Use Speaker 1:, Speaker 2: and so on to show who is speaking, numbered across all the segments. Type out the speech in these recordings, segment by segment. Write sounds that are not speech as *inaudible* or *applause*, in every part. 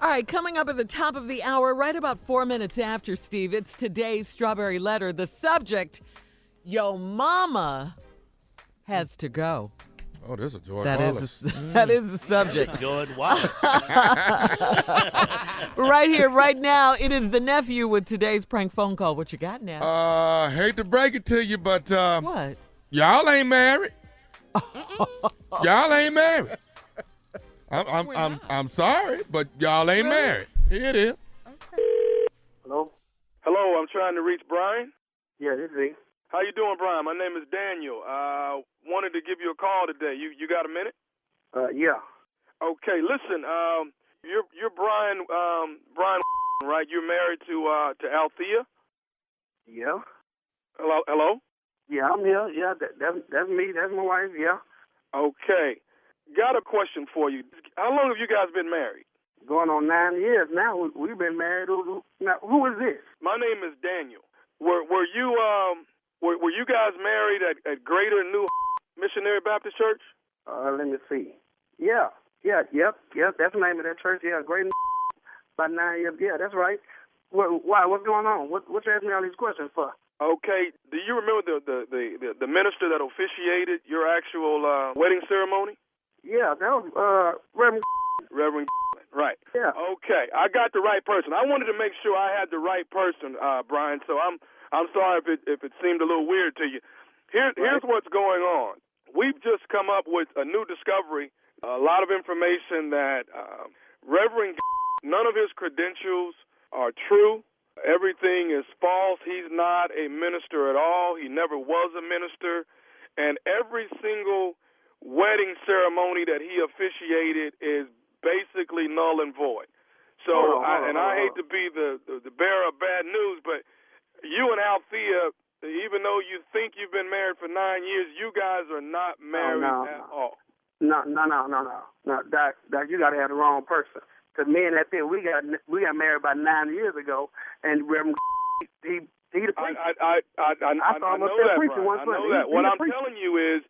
Speaker 1: All right, coming up at the top of the hour, right about four minutes after, Steve, it's today's strawberry letter. The subject, Yo Mama has to go.
Speaker 2: Oh, there's a George
Speaker 1: That
Speaker 2: Wallace.
Speaker 1: is, *laughs* that is the subject.
Speaker 3: Good wallet.
Speaker 1: right here, right now, it is the nephew with today's prank phone call. What you got now?
Speaker 2: Uh, hate to break it to you, but uh,
Speaker 1: what?
Speaker 2: y'all ain't married. y'all ain't married. I'm I'm, I'm I'm sorry, but y'all ain't married. Here it is.
Speaker 4: Hello?
Speaker 5: Hello, I'm trying to reach Brian.
Speaker 4: Yeah, this is he.
Speaker 5: How you doing, Brian? My name is Daniel. Uh, wanted to give you a call today. You you got a minute?
Speaker 4: Uh, yeah.
Speaker 5: Okay, listen. Um, you're you're Brian um Brian, right? You're married to uh to Althea.
Speaker 4: Yeah.
Speaker 5: Hello, hello.
Speaker 4: Yeah, I'm here. Yeah, that, that, that's me. That's my wife. Yeah.
Speaker 5: Okay, got a question for you. How long have you guys been married?
Speaker 4: Going on nine years now. We- We've been married. Who- who- Now, who is this?
Speaker 5: My name is Daniel. Were were you um were were you guys married at, at Greater New Missionary Baptist Church?
Speaker 4: Uh, let me see. Yeah. Yeah, yep, yep. That's the name of that church. Yeah, great. About nine years. Yeah, that's right. What, why? What's going on? What, what you asking me all these questions for?
Speaker 5: Okay, do you remember the the the, the, the minister that officiated your actual uh, wedding ceremony,
Speaker 4: Yeah, that was, uh, Reverend.
Speaker 5: Reverend? Right.
Speaker 4: Yeah.
Speaker 5: Okay, I got the right person. I wanted to make sure I had the right person, uh, Brian. So I'm I'm sorry if it if it seemed a little weird to you. Here here's what's going on. We've just come up with a new discovery, a lot of information that um, Reverend none of his credentials are true. Everything is false. He's not a minister at all. He never was a minister. And every single wedding ceremony that he officiated is basically null and void. So,
Speaker 4: Hold on, hold
Speaker 5: I,
Speaker 4: on, hold
Speaker 5: and
Speaker 4: on,
Speaker 5: I hate
Speaker 4: hold
Speaker 5: to be the, the, the bearer of bad news, but you and Althea, even though you think you've been married for nine years, you guys are not married
Speaker 4: Oh, no,
Speaker 5: at
Speaker 4: no.
Speaker 5: all.
Speaker 4: No, no, no, no, no, no, Doc, Doc, you gotta have the wrong person. 'Cause me and that thing, we got we got married about nine years ago, and Reverend *laughs* he he the preacher.
Speaker 5: I, I, I, I, I,
Speaker 4: I saw him
Speaker 5: know
Speaker 4: up there
Speaker 5: that,
Speaker 4: preaching
Speaker 5: Brian.
Speaker 4: one
Speaker 5: I know
Speaker 4: Sunday.
Speaker 5: that.
Speaker 4: He- he
Speaker 5: What
Speaker 4: a
Speaker 5: I'm
Speaker 4: preacher.
Speaker 5: telling you is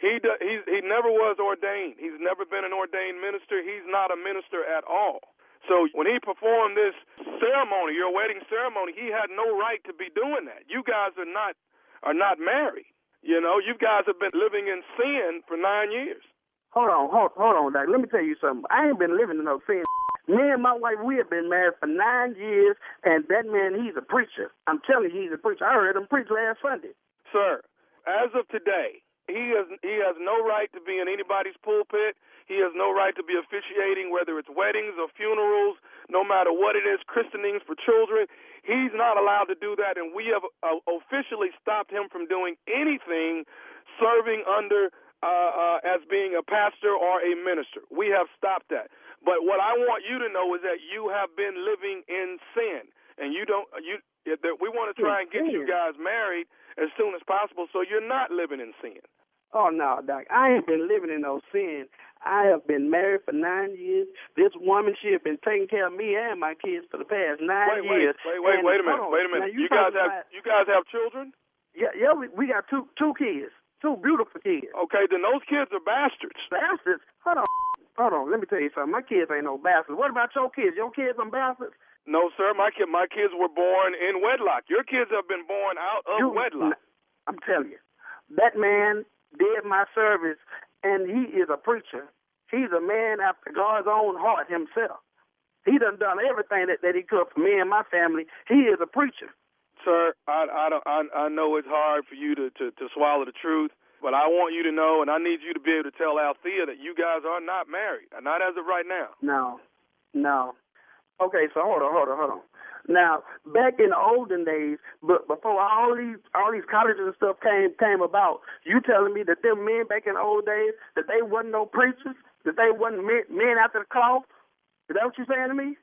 Speaker 5: he do, he's, he never was ordained. He's never been an ordained minister. He's not a minister at all. So when he performed this ceremony, your wedding ceremony, he had no right to be doing that. You guys are not are not married. You know, you guys have been living in sin for nine years.
Speaker 4: Hold on, hold, hold on, Doc. Let me tell you something. I ain't been living in no sin. Me and my wife, we have been married for nine years, and that man, he's a preacher. I'm telling you, he's a preacher. I heard him preach last Sunday.
Speaker 5: Sir, as of today, he has he has no right to be in anybody's pulpit. He has no right to be officiating, whether it's weddings or funerals, no matter what it is, christenings for children. He's not allowed to do that, and we have uh, officially stopped him from doing anything serving under uh, uh, as being a pastor or a minister. We have stopped that. But what I want you to know is that you have been living in sin, and you don't. You that we want to try and get you
Speaker 4: Sin.
Speaker 5: guys married as soon as possible, so you're not living in sin.
Speaker 4: Oh no, Doc, I ain't been living in no sin. I have been married for nine years. This woman, she has been taking care of me and my kids for the past nine
Speaker 5: Wait, wait,
Speaker 4: years.
Speaker 5: wait, wait,
Speaker 4: And-
Speaker 5: wait a
Speaker 4: hold
Speaker 5: minute,
Speaker 4: on.
Speaker 5: wait a
Speaker 4: Now,
Speaker 5: minute.
Speaker 4: you
Speaker 5: You, guys
Speaker 4: talking about-
Speaker 5: have you guys have children?
Speaker 4: Yeah, yeah, we, we got two two kids, two beautiful kids.
Speaker 5: Okay, then those kids are bastards.
Speaker 4: Bastards. Hold on, hold on. Let me tell you something. My kids ain't no bastards. What about your kids? Your kids are bastards.
Speaker 5: No, sir, my kid, my kids were born in wedlock. Your kids have been born out of
Speaker 4: You-
Speaker 5: wedlock.
Speaker 4: I'm telling you, that man did my service, and he is a preacher. He's a man after God's own heart himself. He done done everything that, that he could for me and my family. He is a preacher.
Speaker 5: Sir, I, I, don't, I, I know it's hard for you to, to, to swallow the truth, but I want you to know, and I need you to be able to tell Althea that you guys are not married, not as of right now.
Speaker 4: No, no. Okay, so hold on, hold on, hold on. Now, back in the olden days, but before all these all these colleges and stuff came came about, you telling me that them men back in the old days that they wasn't no preachers, that they wasn't men, men after the cloth. Is that what you're saying to me?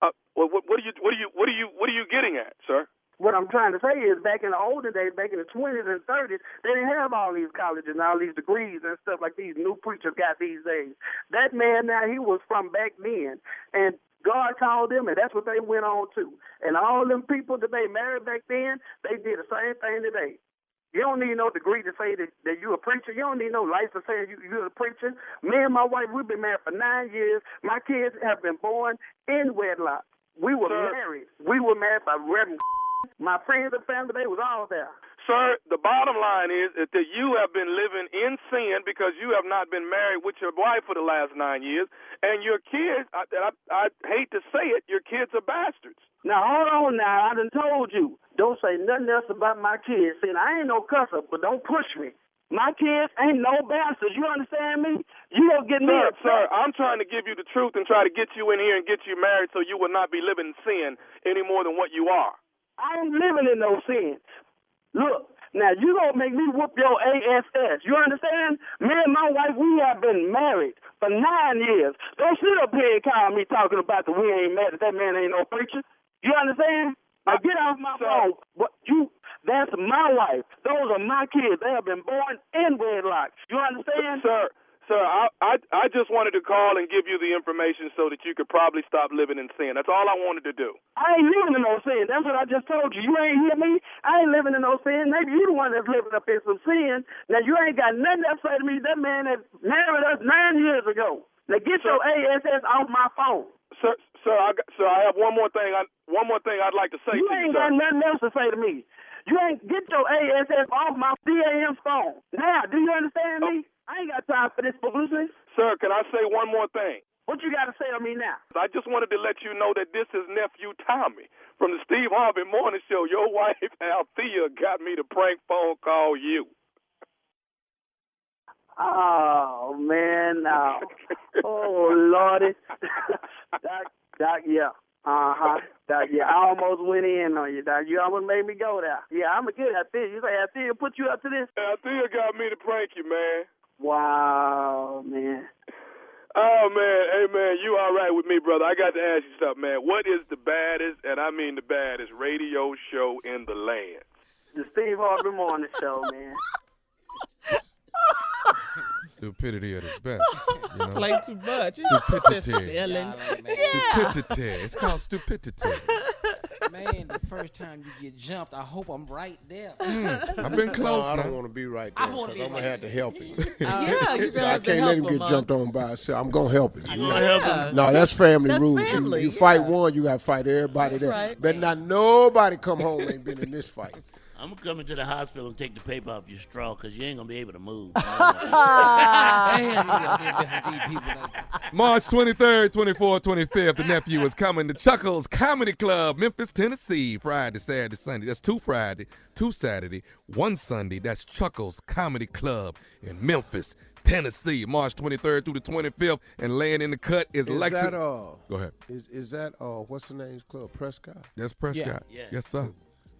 Speaker 5: Uh, what, what, what are you, what are you, what are you, what are you getting at, sir?
Speaker 4: What I'm trying to say is, back in the olden days, back in the 20s and 30s, they didn't have all these colleges and all these degrees and stuff like these new preachers got these days. That man now, he was from back then, and God called them, and that's what they went on to. And all them people that they married back then, they did the same thing today. You don't need no degree to say that, that you're a preacher. You don't need no license saying you, you're a preacher. Me and my wife, we've been married for nine years. My kids have been born in wedlock. We were
Speaker 5: Sir.
Speaker 4: married. We were married by Reverend. My friends and family, they was all there.
Speaker 5: Sir, the bottom line is that you have been living in sin because you have not been married with your wife for the last nine years, and your kids, I, I, I hate to say it, your kids are bastards.
Speaker 4: Now hold on now, I done told you. Don't say nothing else about my kids. See, I ain't no cusser, but don't push me. My kids ain't no bastards. You understand me? You don't get me
Speaker 5: Sir,
Speaker 4: upset.
Speaker 5: sir, I'm trying to give you the truth and try to get you in here and get you married so you will not be living in sin any more than what you are.
Speaker 4: I ain't living in no sin. Look, now you gonna make me whoop your ass. You understand? Me and my wife, we have been married for nine years. Don't sit up here and call me talking about that we ain't mad that that man ain't no preacher. You understand? Now get off my
Speaker 5: Sir.
Speaker 4: phone. But you, that's my wife. Those are my kids. They have been born in wedlock. You understand?
Speaker 5: Sir, sir, I, I I just wanted to call and give you the information so that you could probably stop living in sin. That's all I wanted to do.
Speaker 4: I ain't living in no sin. That's what I just told you. You ain't hear me. I ain't living in no sin. Maybe you the one that's living up in some sin. Now you ain't got nothing to say to me. That man that married us nine years ago. Now get your ASS off my phone.
Speaker 5: Sir, sir, I got, sir, I have one more thing. I, one more thing I'd like to say
Speaker 4: You
Speaker 5: to you,
Speaker 4: ain't
Speaker 5: sir.
Speaker 4: got nothing else to say to me. You ain't get your ASS off my DAM phone. Now, do you understand me? I ain't got time for this publicity.
Speaker 5: Sir, can I say one more thing?
Speaker 4: What you got to say to me now?
Speaker 5: I just wanted to let you know that this is nephew Tommy from the Steve Harvey Morning Show. Your *laughs* wife Althea got me to prank phone call you.
Speaker 4: Oh man, no. oh lordy, *laughs* Doc, Doc, yeah, uh huh, Doc, yeah. I almost went in on you, Doc. You almost made me go there. Yeah, I'm a good at this. You say I see put you up to this.
Speaker 5: Althea got me to prank you, man.
Speaker 4: Wow, man.
Speaker 5: Oh man, hey man, you all right with me, brother? I got to ask you something, man. What is the baddest, and I mean the baddest, radio show in the land?
Speaker 4: The Steve Harvey Morning Show, man.
Speaker 2: Stupidity at its
Speaker 3: *laughs*
Speaker 2: best. You know?
Speaker 3: Play too much. You just
Speaker 2: Stupidity.
Speaker 3: stealing.
Speaker 2: Stupidity. It's
Speaker 3: *laughs*
Speaker 2: called stupidity.
Speaker 6: Man, the first time you get jumped, I hope I'm right there.
Speaker 2: I've been
Speaker 7: No,
Speaker 2: close.
Speaker 7: I
Speaker 2: now.
Speaker 7: don't want to be right there
Speaker 6: I wanna
Speaker 7: because
Speaker 6: be
Speaker 7: I'm gonna
Speaker 6: right
Speaker 7: have to
Speaker 1: *laughs*
Speaker 7: help him.
Speaker 1: yeah, you're
Speaker 7: *laughs* So
Speaker 1: gonna
Speaker 7: I
Speaker 1: have to
Speaker 7: can't let him
Speaker 1: help
Speaker 7: get
Speaker 1: him, uh,
Speaker 7: jumped on by himself. I'm gonna help him.
Speaker 1: huh?
Speaker 7: No, that's family
Speaker 1: That's
Speaker 7: rules. You-
Speaker 1: family,
Speaker 7: you fight
Speaker 1: yeah.
Speaker 7: one, you got to fight everybody. There,
Speaker 1: right.
Speaker 7: better not nobody come home ain't been in
Speaker 1: *laughs*
Speaker 7: this fight.
Speaker 8: I'm gonna come into the hospital and take the paper off your straw because you ain't gonna be able to
Speaker 7: *laughs*
Speaker 8: move.
Speaker 6: Damn, you got these people like
Speaker 2: March 23rd, 24th, 25th, the nephew is coming to Chuckles Comedy Club, Memphis, Tennessee, Friday, Saturday, Sunday. That's two Friday, two Saturday, one Sunday. That's Chuckles Comedy Club in Memphis, Tennessee, March 23rd through the 25th. And laying in the cut is,
Speaker 7: Is
Speaker 2: Lexi.
Speaker 7: that all?
Speaker 2: Go ahead.
Speaker 7: Is, is that all? What's the name's club? Prescott.
Speaker 2: That's Prescott.
Speaker 8: Yeah. Yeah.
Speaker 2: Yes, sir.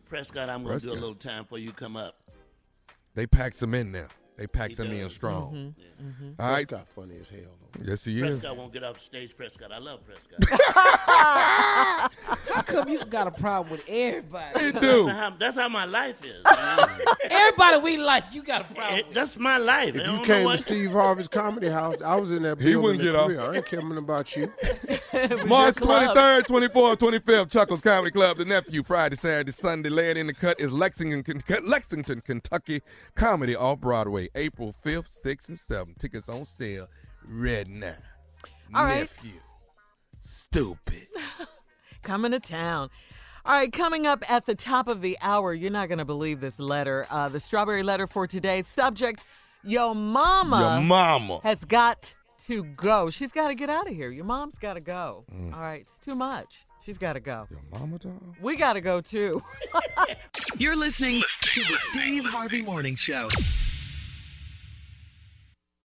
Speaker 8: Prescott, I'm gonna do a
Speaker 2: Prescott.
Speaker 8: little time before you come up.
Speaker 2: They pack some in now. They pack
Speaker 8: He
Speaker 2: some in
Speaker 8: does. Mm-hmm.
Speaker 2: strong. All right.
Speaker 7: Prescott funny as hell. Though.
Speaker 2: Yes, he is.
Speaker 8: Prescott won't get off stage. Prescott, I love Prescott.
Speaker 6: How come you got a problem with everybody?
Speaker 2: They do.
Speaker 8: that's, how, that's how my life is. *laughs*
Speaker 7: *laughs*
Speaker 8: man.
Speaker 6: Everybody we like, you got a problem
Speaker 8: It-
Speaker 6: with.
Speaker 8: that's my life. I
Speaker 7: If
Speaker 8: don't
Speaker 7: you
Speaker 8: know
Speaker 7: came
Speaker 8: what-
Speaker 7: to Steve Harvey's comedy house, I was in that.
Speaker 2: He
Speaker 7: building
Speaker 2: wouldn't
Speaker 7: at
Speaker 2: get off.
Speaker 7: three. I ain't caring about
Speaker 2: *laughs*
Speaker 7: you.
Speaker 2: March
Speaker 1: your club.
Speaker 2: 23rd, 24th, 25th, Chuckles Comedy Club, The Nephew, Friday, Saturday, Sunday. Laying in the cut is Lexington, Ken- Lexington, Kentucky Comedy off Broadway, April 5th, 6th, and 7th. Tickets on sale right now.
Speaker 1: All right.
Speaker 2: Nephew. Stupid.
Speaker 1: coming to town. All right, coming up at the top of the hour, you're not going to believe this letter. Uh, the strawberry letter for today. Subject: Yo mama,
Speaker 2: Your mama.
Speaker 1: has got to go. She's got to get out of here. Your mom's got to go.
Speaker 2: Mm.
Speaker 1: All right, it's too much. She's got to go.
Speaker 2: Your mama, dog?
Speaker 9: *laughs*
Speaker 1: We got to go too.
Speaker 9: You're listening to the Steve Harvey Morning Show.